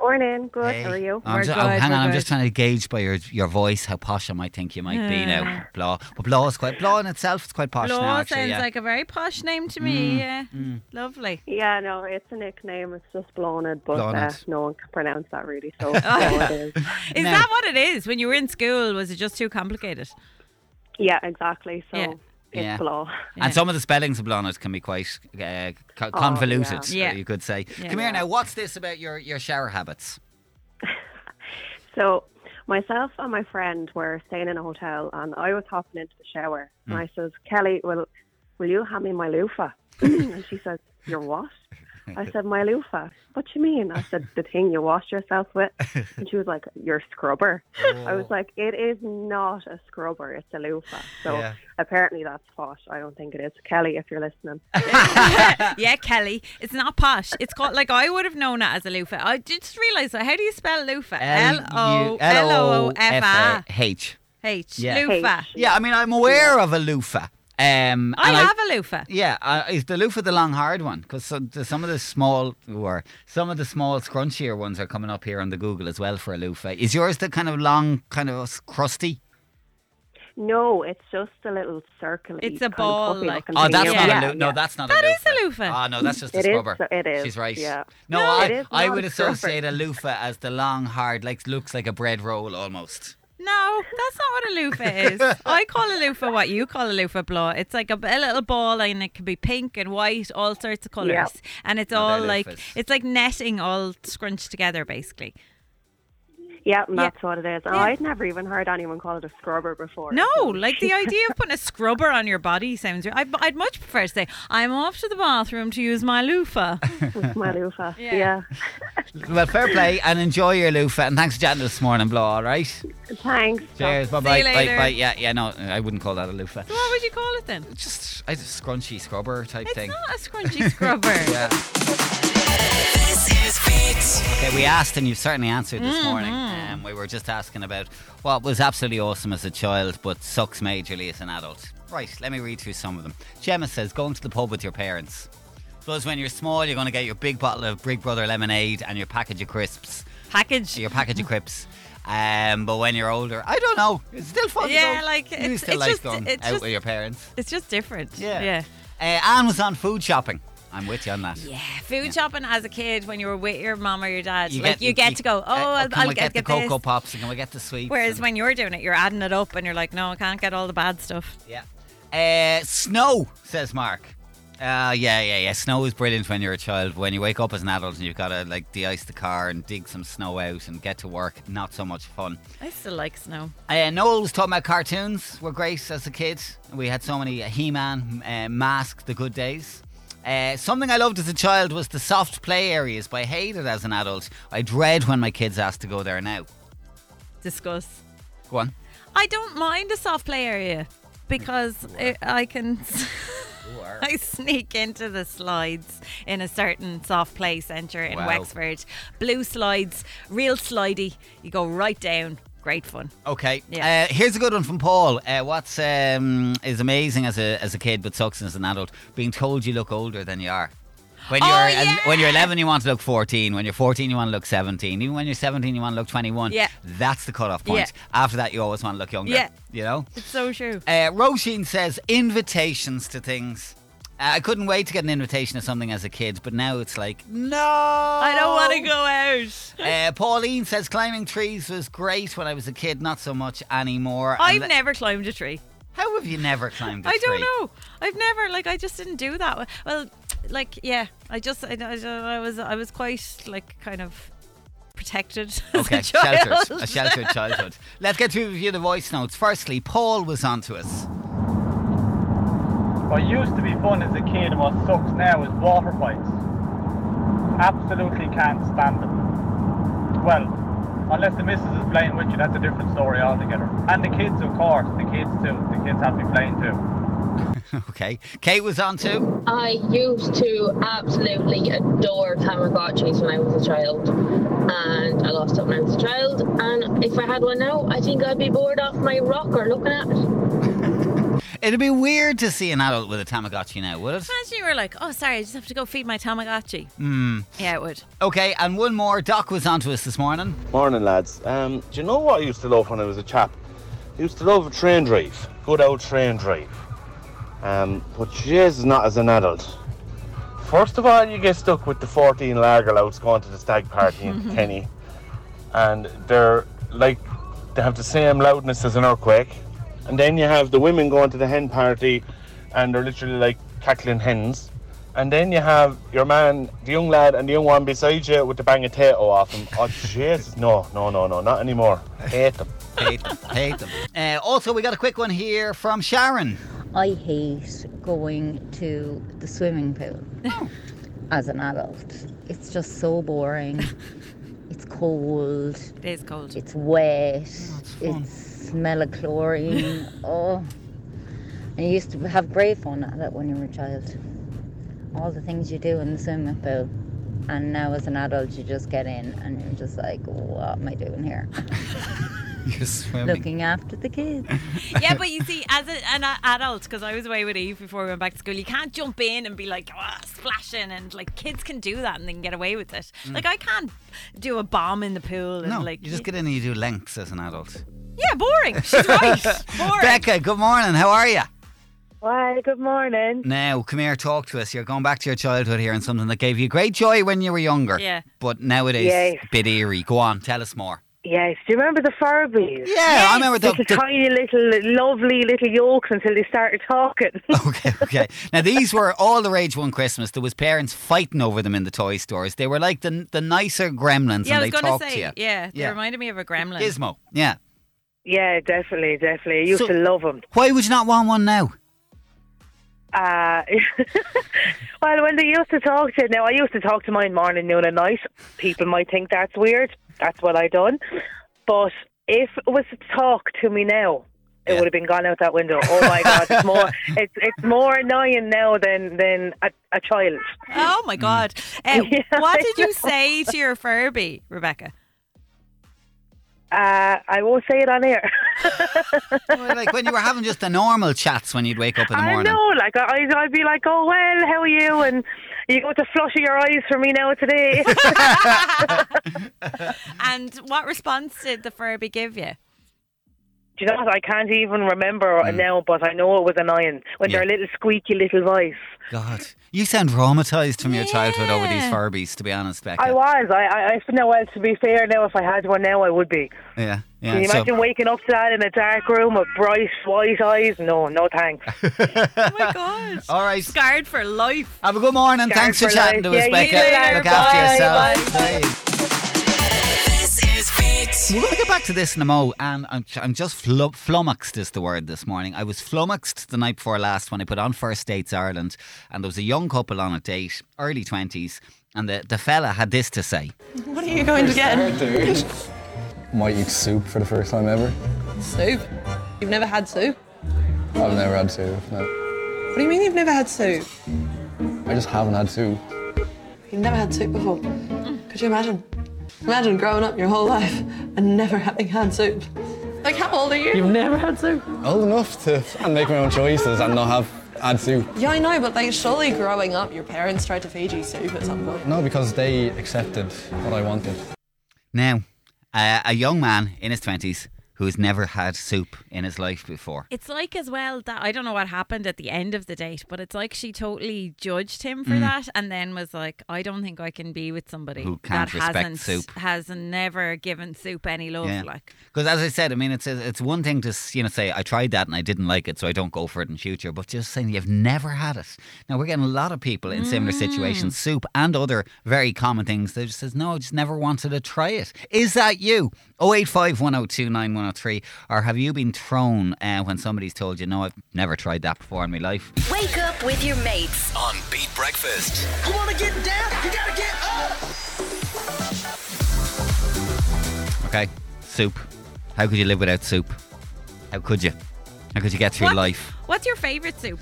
Speaker 10: Morning, good. How are you?
Speaker 5: I'm
Speaker 6: We're
Speaker 5: ju-
Speaker 6: good,
Speaker 5: oh, hang
Speaker 6: we're
Speaker 5: on, I'm
Speaker 6: good.
Speaker 5: just trying to gauge by your your voice how posh I might think you might be now. Blah, but blah is quite blah in itself. It's quite posh
Speaker 6: Law
Speaker 5: now.
Speaker 6: sounds
Speaker 5: Actually, yeah. Mm,
Speaker 6: like a very posh name to me. yeah. Lovely.
Speaker 10: Yeah, no, it's a nickname. It's just Blonid, but uh,
Speaker 5: Blonid.
Speaker 10: no one can pronounce that really. So, so it is.
Speaker 6: Is
Speaker 5: Now-
Speaker 6: that what it is? When you were in school, was it just too complicated?
Speaker 10: yeah, exactly. So
Speaker 6: Yeah.
Speaker 10: it's
Speaker 5: Yeah.
Speaker 10: Blo.
Speaker 6: Yeah. Oh,
Speaker 5: And some of the spellings of blondes can be quite uh, co- convoluted,
Speaker 6: Yeah.
Speaker 5: you could say.
Speaker 6: Yeah.
Speaker 5: Come here now. What's this about your, your shower habits?
Speaker 10: So myself and my friend were staying in a hotel, and I was hopping into the shower,
Speaker 5: Hmm.
Speaker 10: and I says, Kelly, will will you hand me my loofah? and she says, Your what? I said, My loofah. What you mean? I said, The thing you wash yourself with. And she was like, Your scrubber. I
Speaker 5: Oh.
Speaker 10: was like, It is not a scrubber. It's a loofah. So
Speaker 5: Yeah.
Speaker 10: apparently that's posh. I don't think it is. Kelly, if you're listening.
Speaker 6: yeah, Kelly. It's not posh. It's called like I would have known it as a loofah. I just realised. that. How do you spell loofah? L O L O O F
Speaker 5: H.
Speaker 6: A H.
Speaker 5: Yeah.
Speaker 6: Loofah.
Speaker 10: H.
Speaker 5: Yeah, I mean, I'm aware of a loofah. Um,
Speaker 6: I
Speaker 5: and
Speaker 6: have a loofah.
Speaker 5: Yeah, uh, is the loofah the long hard one? Because some, the- some of the small or some of the small scrunchier ones are coming up here on the Google as well for a loofah. Is yours the kind of long, kind of s- crusty?
Speaker 10: No, it's just a little circle.
Speaker 6: It's a ball, like-
Speaker 5: Oh, that's
Speaker 6: Yeah.
Speaker 5: not a
Speaker 6: Yeah,
Speaker 5: loofah. No, that's not
Speaker 6: That
Speaker 5: a
Speaker 6: is
Speaker 5: loofah.
Speaker 6: a loofah.
Speaker 5: Ah, no, that's just a
Speaker 10: It is-
Speaker 5: scrubber.
Speaker 10: it is,
Speaker 5: She's right.
Speaker 10: yeah.
Speaker 5: No,
Speaker 10: No,
Speaker 5: I,
Speaker 10: it is
Speaker 5: I
Speaker 10: not
Speaker 5: would
Speaker 10: a scrubber.
Speaker 5: associate a loofah as the long, hard, like looks like a bread roll almost.
Speaker 6: No, that's not what a loofah is. I call a loofah what you call a loofah blow. It's like a, a little ball and it can be pink and white, all sorts of colours.
Speaker 10: Yeah.
Speaker 6: And it's
Speaker 5: No, they're
Speaker 6: all like
Speaker 5: loofahs.
Speaker 6: it's like netting all scrunched together basically.
Speaker 10: Yeah, and that's what it is. And I'd never even heard anyone call it a scrubber before.
Speaker 6: No, like the idea of putting a scrubber on your body sounds. I'd, I'd much prefer to say I'm off to the bathroom to use my loofah.
Speaker 10: My loofah.
Speaker 6: Yeah.
Speaker 10: yeah.
Speaker 5: Well, fair play and enjoy your loofah. And thanks for chatting this morning, Blah. All right.
Speaker 10: Thanks.
Speaker 5: Cheers. Bye bye.
Speaker 6: you
Speaker 5: Bye
Speaker 6: later.
Speaker 5: bye. Yeah, yeah. No, I wouldn't call that a loofah.
Speaker 6: What would you call it then?
Speaker 5: Just, I just scrunchy scrubber type
Speaker 6: It's
Speaker 5: thing.
Speaker 6: not a scrunchy scrubber.
Speaker 1: This is Beat.
Speaker 5: Okay, we asked, and you've certainly answered this
Speaker 6: Mm-hmm.
Speaker 5: morning. Um, we were just asking about what was absolutely awesome as a child, but sucks majorly as an adult. Right, let me read through some of them. Gemma says, going to the pub with your parents. Suppose when you're small, you're going to get your big bottle of Big Brother lemonade and your package of crisps,
Speaker 6: Package.
Speaker 5: your package of crisps. Um, but when you're older, I don't know. It's still fun.
Speaker 6: Yeah,
Speaker 5: though.
Speaker 6: like,
Speaker 5: you
Speaker 6: it's-
Speaker 5: still
Speaker 6: it's
Speaker 5: like
Speaker 6: just-
Speaker 5: going
Speaker 6: it's
Speaker 5: out
Speaker 6: just-
Speaker 5: with your parents.
Speaker 6: It's just different.
Speaker 5: Yeah,
Speaker 6: Yeah.
Speaker 5: Uh, Anne was on food shopping. I'm with you on that.
Speaker 6: Yeah, food shopping as a kid when you were with your mom or your dad,
Speaker 5: You
Speaker 6: like you get to go. Oh,
Speaker 5: uh,
Speaker 6: I'll,
Speaker 5: can
Speaker 6: I'll
Speaker 5: we
Speaker 6: get,
Speaker 5: get,
Speaker 6: get
Speaker 5: the cocoa
Speaker 6: this.
Speaker 5: pops and can we get the sweets?
Speaker 6: Whereas
Speaker 5: and-
Speaker 6: when you're doing it, you're adding it up and you're like, no, I can't get all the bad stuff.
Speaker 5: Yeah. Uh, snow, says Mark. Uh, yeah, yeah, yeah. Snow is brilliant when you're a child. When you wake up as an adult and you've got to like de-ice the car and dig some snow out and get to work, not so much fun.
Speaker 6: I still like snow.
Speaker 5: Uh, Noel was talking about cartoons. Were great as a kid. We had so many uh, He-Man, uh, Mask, The Good Days. Uh, something I loved as a child was the soft play areas, but I hated as an adult. I dread when my kids ask to go there now.
Speaker 6: Discuss.
Speaker 5: Go on.
Speaker 6: I don't mind a soft play area because I, I can. I sneak into the slides in a certain soft play centre in
Speaker 5: Wow.
Speaker 6: Wexford. Blue slides, real slidey. You go right down. Great fun.
Speaker 5: Okay.
Speaker 6: Yeah.
Speaker 5: Uh, here's a good one from Paul. Uh, what's um, is amazing as a as a kid but sucks as an adult being told you look older than you are. When
Speaker 6: Oh,
Speaker 5: you're el-
Speaker 6: yeah.
Speaker 5: when you're 11, you want to look 14. When you're 14, you want to look 17. Even when you're 17, you want to look 21.
Speaker 6: Yeah.
Speaker 5: That's the cutoff point.
Speaker 6: Yeah.
Speaker 5: After that, you always want to look younger.
Speaker 6: Yeah.
Speaker 5: You know.
Speaker 6: It's so true.
Speaker 5: Uh, Roisin says invitations to things. I couldn't wait to get an invitation to something as a kid, but now it's like, no.
Speaker 6: I
Speaker 5: I
Speaker 6: don't want to go out.
Speaker 5: Uh, Pauline says climbing trees was great when I was a kid, not so much anymore.
Speaker 6: I've
Speaker 5: Unle-
Speaker 6: never climbed a tree.
Speaker 5: How have you never climbed a
Speaker 6: I don't
Speaker 5: tree?
Speaker 6: know. I've never like I just didn't do that. Well, like yeah, I just I, I, don't know, I was I was quite like kind of protected
Speaker 5: Okay,
Speaker 6: as a child.
Speaker 5: sheltered. A sheltered childhood. Let's get through a few of the voice notes. Firstly, Paul was on to us.
Speaker 11: What used to be fun as a kid and what sucks now is water fights. Absolutely can't stand them. Well, unless the missus is playing with you, that's a different story altogether. And the kids, of course, the kids too. The kids have to be playing too.
Speaker 5: Okay. Kate was on to.
Speaker 3: I used to absolutely adore Tamagotchis when I was a child, and I lost it when I was a child. And if I had one now, I think I'd be bored off my rocker looking at it.
Speaker 5: It'd be weird to see an adult with a Tamagotchi now, would it?
Speaker 6: Imagine you were like, oh sorry, I just have to go feed my Tamagotchi.
Speaker 5: Hmm.
Speaker 6: Yeah, it would.
Speaker 5: Okay, and one more. Doc was on to us this morning.
Speaker 4: Morning, lads. Um, do you know what I used to love when I was a chap? I used to love a train drive, good old train drive. Um, but jeez, not as an adult. First of all, you get stuck with the 14 lager louts going to the stag party in Kenny, and they're like they have the same loudness as an earthquake. And then you have the women going to the hen party, and they're literally like cackling hens. And then you have your man, the young lad, and the young one beside you with the bang of tato off him. Oh, jeez, no, no, no, no, not anymore. Hate them.
Speaker 5: Hate them. Hate them. Uh, also, we got a quick one here from Sharon.
Speaker 3: I hate going to the swimming pool as an adult. It's just so boring. it's cold.
Speaker 6: It is cold.
Speaker 3: It's wet. it's smell of chlorine. oh. And you used to have great fun at it when you were a child. All the things you do in the swimming pool. And now as an adult you just get in and you're just like, what am I doing here?
Speaker 5: You're swimming.
Speaker 3: Looking after the kids.
Speaker 6: yeah, but you see, as a, an a- adult, because I was away with Eve before we went back to school, you can't jump in and be like "Ah, splashing, and like kids can do that and they can get away with it. Like I can't do a bomb in the pool and
Speaker 5: Mm. No,
Speaker 6: like
Speaker 5: you just get in and you do lengths as an adult.
Speaker 6: yeah, boring. She's right, boring.
Speaker 5: Becca, good morning. How are you?
Speaker 10: Why, good morning.
Speaker 5: Now, come here, talk to us. You're going back to your childhood here and something that gave you great joy when you were younger.
Speaker 6: Yeah.
Speaker 5: But nowadays,
Speaker 10: Yes.
Speaker 5: a bit eerie. Go on, tell us more.
Speaker 10: Yes, do you remember the Furbies?
Speaker 5: Yeah, I remember the.
Speaker 10: Little
Speaker 5: the-
Speaker 10: tiny little lovely little yolks until they started talking.
Speaker 5: Okay, okay. Now these were all the rage one Christmas. There was parents fighting over them in the toy stores. They were like the the nicer gremlins,
Speaker 6: yeah,
Speaker 5: and
Speaker 6: I was
Speaker 5: they
Speaker 6: gonna
Speaker 5: talked
Speaker 6: say,
Speaker 5: to you.
Speaker 6: yeah, they
Speaker 5: Yeah.
Speaker 6: reminded me of a gremlin.
Speaker 5: Gizmo, yeah.
Speaker 10: yeah, definitely, definitely. I used
Speaker 5: So-
Speaker 10: to love them.
Speaker 5: Why would you not want one now?
Speaker 10: Uh, well, when they used to talk to now, I used to talk to mine morning, noon, and night. People might think that's weird. That's what I done. But if it was to talk to me now, it
Speaker 5: Yeah.
Speaker 10: would have been gone out that window. Oh my god, it's more it's it's more annoying now than than a, a child.
Speaker 6: Oh
Speaker 5: Mm.
Speaker 6: my god! Uh,
Speaker 10: Yeah,
Speaker 6: what
Speaker 10: I
Speaker 6: did you say to your Furby, Rebecca?
Speaker 10: Uh, I won't say it on air.
Speaker 5: Well, like when you were having just the normal chats when you'd wake up in the
Speaker 10: I
Speaker 5: morning.
Speaker 10: know, like I, I'd- I'd be like, oh well, how are you? And you got to flush your eyes for me now today.
Speaker 6: And what response did the Furby give you?
Speaker 10: Do you know what? I can't even remember now, but I know it was annoying with
Speaker 5: Yeah.
Speaker 10: their little squeaky little voice.
Speaker 5: God, you sound traumatized from your childhood over these
Speaker 6: Yeah.
Speaker 5: Furbies. To be honest, Becca.
Speaker 10: I was. I, I, I no, well, to be fair, now if I had one now, I would be.
Speaker 5: Yeah, yeah.
Speaker 10: Can you
Speaker 5: so-
Speaker 10: imagine waking up to that in a dark room with bright white eyes? No, no thanks.
Speaker 6: Oh my god!
Speaker 5: All right.
Speaker 6: Scarred for life.
Speaker 5: Have a good morning. Thanks for
Speaker 10: for
Speaker 5: chatting to
Speaker 10: life.
Speaker 5: us,
Speaker 10: Yeah,
Speaker 5: Becca.
Speaker 10: you too.
Speaker 5: Look
Speaker 10: Bye.
Speaker 5: after yourself. Bye.
Speaker 1: This is Beat.
Speaker 5: We're going to get back to this in a mo, and I'm, I'm just flu- flummoxed is the word this morning. I was flummoxed the night before last when I put on First Dates Ireland, and there was a young couple on a date, early 20s, and the, the fella had this to say.
Speaker 1: What are you going to get?
Speaker 4: Might eat soup for the first time ever.
Speaker 1: Soup. You've never had soup?
Speaker 4: I've never had soup. No.
Speaker 1: What do you mean you've never had soup?
Speaker 4: I just haven't had soup.
Speaker 1: You've never had soup before. Could you imagine? Imagine growing up your whole life and never having had soup. Like, how old are you? You've never had soup.
Speaker 4: Old enough to and make my own choices and not have had soup.
Speaker 1: Yeah, I know, but like, surely growing up, your parents tried to feed you soup at some point.
Speaker 4: No, because they accepted what I wanted.
Speaker 5: Now, uh, a young man in his 20s who has never had soup in his life before.
Speaker 6: It's like as well that I don't know what happened at the end of the date, but it's like she totally judged him for
Speaker 5: Mm.
Speaker 6: that, and then was like, "I don't think I can be with somebody
Speaker 5: Who can't
Speaker 6: that
Speaker 5: respect
Speaker 6: hasn't
Speaker 5: soup."
Speaker 6: has never given soup any love."
Speaker 5: Yeah.
Speaker 6: Like,
Speaker 5: Because as I said, I mean, it's it's one thing to you know say I tried that and I didn't like it, so I don't go for it in future. But just saying you've never had it. Now we're getting a lot of people in similar
Speaker 6: Mm.
Speaker 5: situations, soup and other very common things. They just says no, I just never wanted to try it. Is that you? 085 102 9103 or have you been thrown uh, when somebody's told you no, I've never tried that before in my life?
Speaker 12: Wake up with your mates.
Speaker 9: On Beat Breakfast.
Speaker 13: You want to get down? You gotta get up.
Speaker 5: Okay, soup. How could you live without soup? How could you? How could you get through
Speaker 6: What?
Speaker 5: life?
Speaker 6: what's your favorite soup?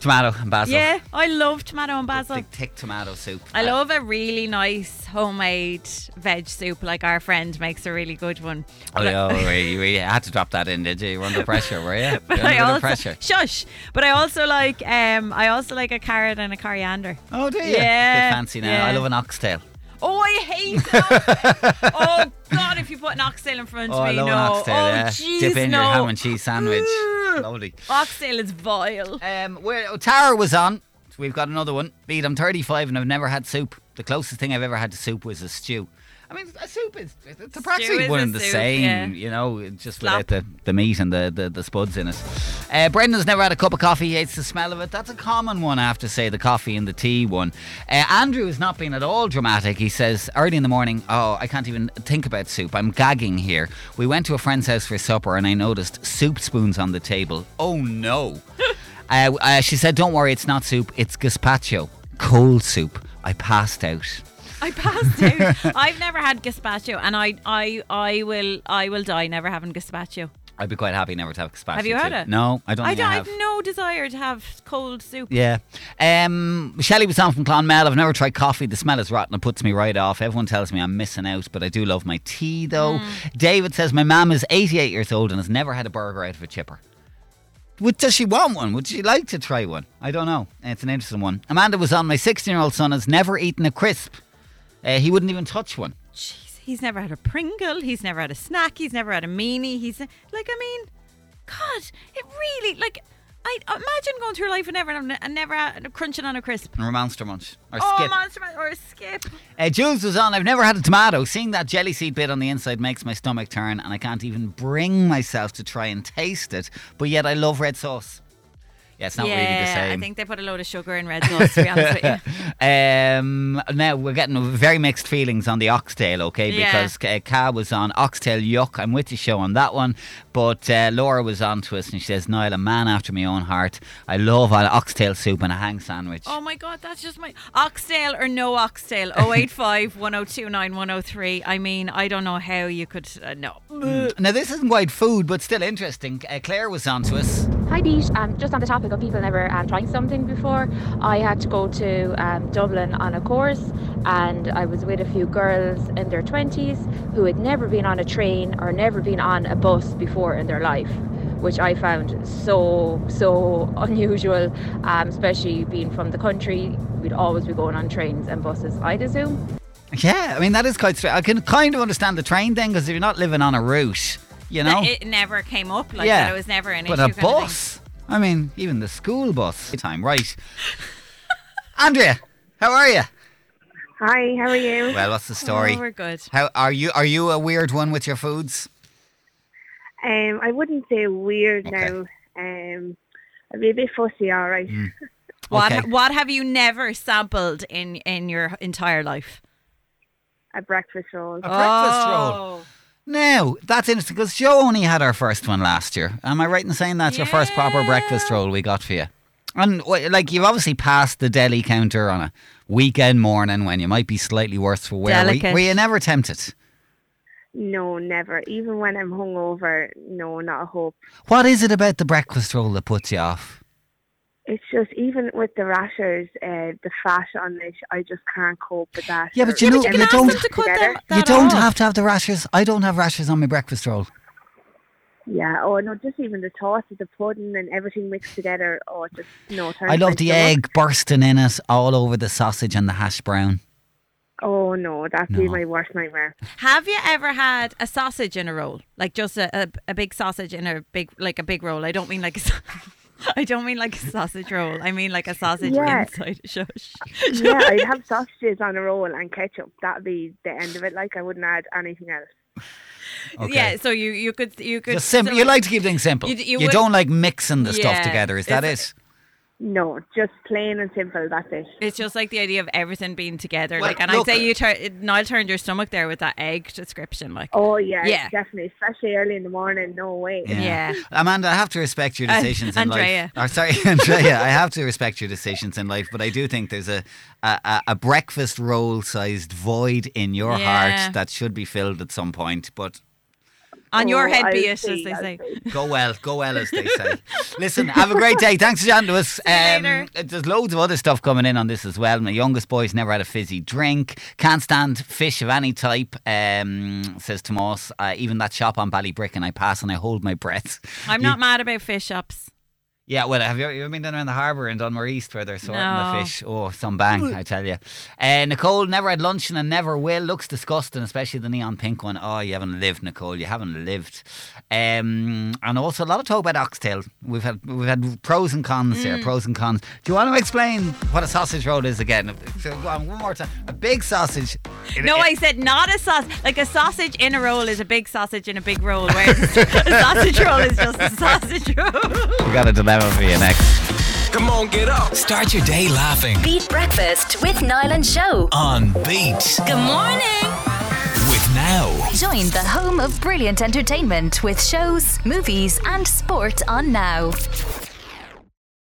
Speaker 5: Tomato and basil.
Speaker 6: Yeah, I love tomato and basil.
Speaker 5: Big thick tomato soup. Uh,
Speaker 6: I love a really nice homemade veg soup. Like our friend makes a really good one.
Speaker 5: Oh,
Speaker 6: But-
Speaker 5: yeah, oh, you really had to drop that in, did you? You were under pressure, were you?
Speaker 6: But
Speaker 5: you were
Speaker 6: I
Speaker 5: under
Speaker 6: also
Speaker 5: pressure.
Speaker 6: shush. But I also like um I also like a carrot and a coriander.
Speaker 5: Oh, do you?
Speaker 6: Yeah.
Speaker 5: Bit fancy now. I
Speaker 6: yeah.
Speaker 5: love an oxtail.
Speaker 6: Oh, I hate. it. oh God, if you put an oxtail in front
Speaker 5: Oh,
Speaker 6: of
Speaker 5: I
Speaker 6: me,
Speaker 5: love
Speaker 6: no.
Speaker 5: an oxtail.
Speaker 6: oh,
Speaker 5: yeah.
Speaker 6: jeez,
Speaker 5: Dip in
Speaker 6: no.
Speaker 5: your ham and cheese sandwich. Lovely.
Speaker 6: Oxtail is vile.
Speaker 5: Um, where oh, Tara was on. So we've got another one. Beat, I'm 35 and I've never had soup. The closest thing I've ever had to soup was a stew. I mean, a soup is it's practically one and the same, you know, it just
Speaker 6: Slop.
Speaker 5: without the, the meat and the, the, the spuds in it. Uh, Brendan's never had a cup of coffee, he hates the smell of it. That's a common one, I have to say, the coffee and the tea one. Uh, Andrew has not been at all dramatic. He says, early in the morning, oh, I can't even think about soup. I'm gagging here. We went to a friend's house for supper and I noticed soup spoons on the table. Oh, no. uh, uh, she said, don't worry, it's not soup, it's gazpacho, cold soup. I passed out.
Speaker 6: I passed out. I've never had gazpacho, and I, I, I will, I will die never having gazpacho.
Speaker 5: I'd be quite happy never to have gazpacho.
Speaker 6: Have you had
Speaker 5: too.
Speaker 6: it?
Speaker 5: No, I don't
Speaker 6: I,
Speaker 5: think I have.
Speaker 6: have no desire to have cold soup.
Speaker 5: Yeah. Um, Shelley was on from Clonmel. I've never tried coffee. The smell is rotten. It puts me right off. Everyone tells me I'm missing out, but I do love my tea, though. David says, My mum is 88 years old and has never had a burger out of a chipper. Would, does she want one? Would she like to try one? I don't know. Eh, It's an interesting one. Amanda was on. My 16 year old son has never eaten a crisp. Uh, he wouldn't even touch one.
Speaker 6: He's never had a Pringle. He's never had a snack. He's never had a meanie. He's like, I mean, God, it really like. I imagine going through life and never, and never had- crunching on a crisp.
Speaker 5: Or a monster munch. Or
Speaker 6: oh,
Speaker 5: skip.
Speaker 6: monster Munch- or a skip.
Speaker 5: Uh, Jules was on. I've never had a tomato. Seeing that jelly seed bit on the inside makes my stomach turn, and I can't even bring myself to try and taste it. But yet, I love red sauce. Yeah, it's not really the
Speaker 6: yeah,
Speaker 5: same.
Speaker 6: I think they put a load of sugar in red sauce. To be honest with you.
Speaker 5: um, now we're getting very mixed feelings on the oxtail, okay?
Speaker 6: Yeah.
Speaker 5: Because uh, Ka was on oxtail yuck. I'm with you, show on that one. But uh, Laura was on to us, and she says, "Niall, a man after my own heart. I love an oxtail soup and a hang sandwich."
Speaker 6: Oh my god, that's just my oxtail or no oxtail. 085 102 9103. I mean, I don't know how you could uh, no.
Speaker 5: Mm. Now this isn't quite food, but still interesting. Uh, Claire was on to us.
Speaker 2: Hi, Beat. Um, just on the topic of people never um, trying something before, I had to go to um, Dublin on a course, and I was with a few girls in their 20s who had never been on a train or never been on a bus before in their life, which I found so, so unusual, um, especially being from the country. We'd always be going on trains and buses, I'd assume.
Speaker 5: Yeah, I mean that is quite. Straight. I can kind of understand the train thing because if you're not living on a route, you know.
Speaker 6: It never came up like
Speaker 5: yeah,
Speaker 6: that. It was never an
Speaker 5: but
Speaker 6: issue.
Speaker 5: a
Speaker 6: kind of thing.
Speaker 5: bus. I mean, even the school bus time, right? Andrea, how are you?
Speaker 10: Hi, how are you?
Speaker 5: Well, what's the story?
Speaker 10: Oh, we're good.
Speaker 5: How are you? Are you a weird one with your foods?
Speaker 10: Um, I wouldn't say weird
Speaker 5: Okay.
Speaker 10: now. Um, I'd be a bit fussy, all right.
Speaker 5: Mm.
Speaker 6: What
Speaker 10: Okay.
Speaker 6: what have you never sampled in in your entire life?
Speaker 10: A breakfast roll.
Speaker 5: A breakfast roll.
Speaker 6: Oh.
Speaker 5: No, that's interesting because Joe only had our first one last year. Am I right in saying that's your first proper breakfast roll we got for you? And wh- like you've obviously passed the deli counter on a weekend morning when you might be slightly worse for wear. Were you-
Speaker 10: Delicate.
Speaker 5: were you never tempted?
Speaker 10: No, never. Even when I'm hungover, no, not a hope.
Speaker 5: What is it about the breakfast roll that puts you off?
Speaker 10: It's just even with the rashers, uh, the fat on it, I just can't cope with that.
Speaker 5: Yeah, but you
Speaker 10: Or
Speaker 5: know,
Speaker 10: everything
Speaker 5: you don't,
Speaker 10: together.
Speaker 5: you don't have to have the rashers. I don't have rashers on my breakfast roll.
Speaker 10: Yeah, oh no, just even the toss of the pudding and everything mixed together. Oh, it just no. it turns
Speaker 5: I
Speaker 10: my
Speaker 5: love the
Speaker 10: stomach.
Speaker 5: egg bursting in it all over the sausage and the hash brown.
Speaker 10: Oh no, that'd be
Speaker 5: No.
Speaker 10: my worst nightmare.
Speaker 6: Have you ever had a sausage in a roll? Like just a, a, a big sausage in a big like a big roll. I don't mean like a sa- I don't mean like a sausage roll. I mean like a sausage
Speaker 10: Yeah.
Speaker 6: inside a shush.
Speaker 10: yeah, I'd have sausages on a roll and ketchup. That'd be the end of it. Like I wouldn't add anything else.
Speaker 6: Yeah, so you you could you could
Speaker 5: Just simple.
Speaker 6: still-
Speaker 5: You like to keep things simple.
Speaker 6: You
Speaker 5: You,
Speaker 6: d- you would-
Speaker 5: don't like mixing the
Speaker 6: Yeah,
Speaker 5: stuff together. Is that
Speaker 6: it's-
Speaker 5: it?
Speaker 10: No, just plain and simple. That's it.
Speaker 6: It's just like the idea of everything being together.
Speaker 10: Well,
Speaker 6: like, and
Speaker 10: look-
Speaker 6: I'd say you turn Niall turned your stomach there with that egg description. Like,
Speaker 10: Oh yeah,
Speaker 6: yeah,
Speaker 10: definitely. Especially early in the morning. No way.
Speaker 5: Amanda, I have to respect your
Speaker 10: Uh,
Speaker 5: decisions in
Speaker 10: Andrea.
Speaker 5: life. Or, sorry, Andrea, I have to respect your decisions in life, but I do think there's a a, a, a breakfast roll sized void in your
Speaker 6: Yeah.
Speaker 5: heart that should be filled at some point. But
Speaker 6: on your
Speaker 10: Oh,
Speaker 6: head be it,
Speaker 10: I
Speaker 6: as
Speaker 10: see,
Speaker 6: they
Speaker 10: I
Speaker 6: say.
Speaker 5: Go well, go well, as they say. Listen, have a great day. Thanks for chatting to us. Um, there's loads of other stuff coming in on this as well. My youngest boy's never had a fizzy drink. Can't stand fish of any type, um, says Tomas. Uh, even that shop on Ballybrick, and I pass and I hold my breath.
Speaker 6: I'm
Speaker 5: You-
Speaker 6: not mad about fish shops.
Speaker 5: Yeah, well, have you ever, you ever been down around the harbour in Dunmore East where they're sorting
Speaker 6: No.
Speaker 5: the fish? Oh, some bang, I tell you. Uh, Nicole never had luncheon and never will. Looks disgusting, especially the neon pink one. Oh, you haven't lived, Nicole. You haven't lived. Um, and also a lot of talk about oxtail. We've had we've had pros and cons here.
Speaker 2: Mm.
Speaker 5: Pros and cons. Do you want to explain what a sausage roll is again? So go on one more time. A big sausage.
Speaker 6: No, I said not a sauce. Like a sausage in a roll is a big sausage in a big roll, whereas a sausage roll is just a sausage roll.
Speaker 5: We got a dilemma for you next.
Speaker 2: Come on, get up. Start your day laughing.
Speaker 3: Beat Breakfast with Niall and Show.
Speaker 2: On Beat.
Speaker 3: Good morning.
Speaker 2: With Now.
Speaker 3: Join the home of brilliant entertainment with shows, movies, and sport on Now.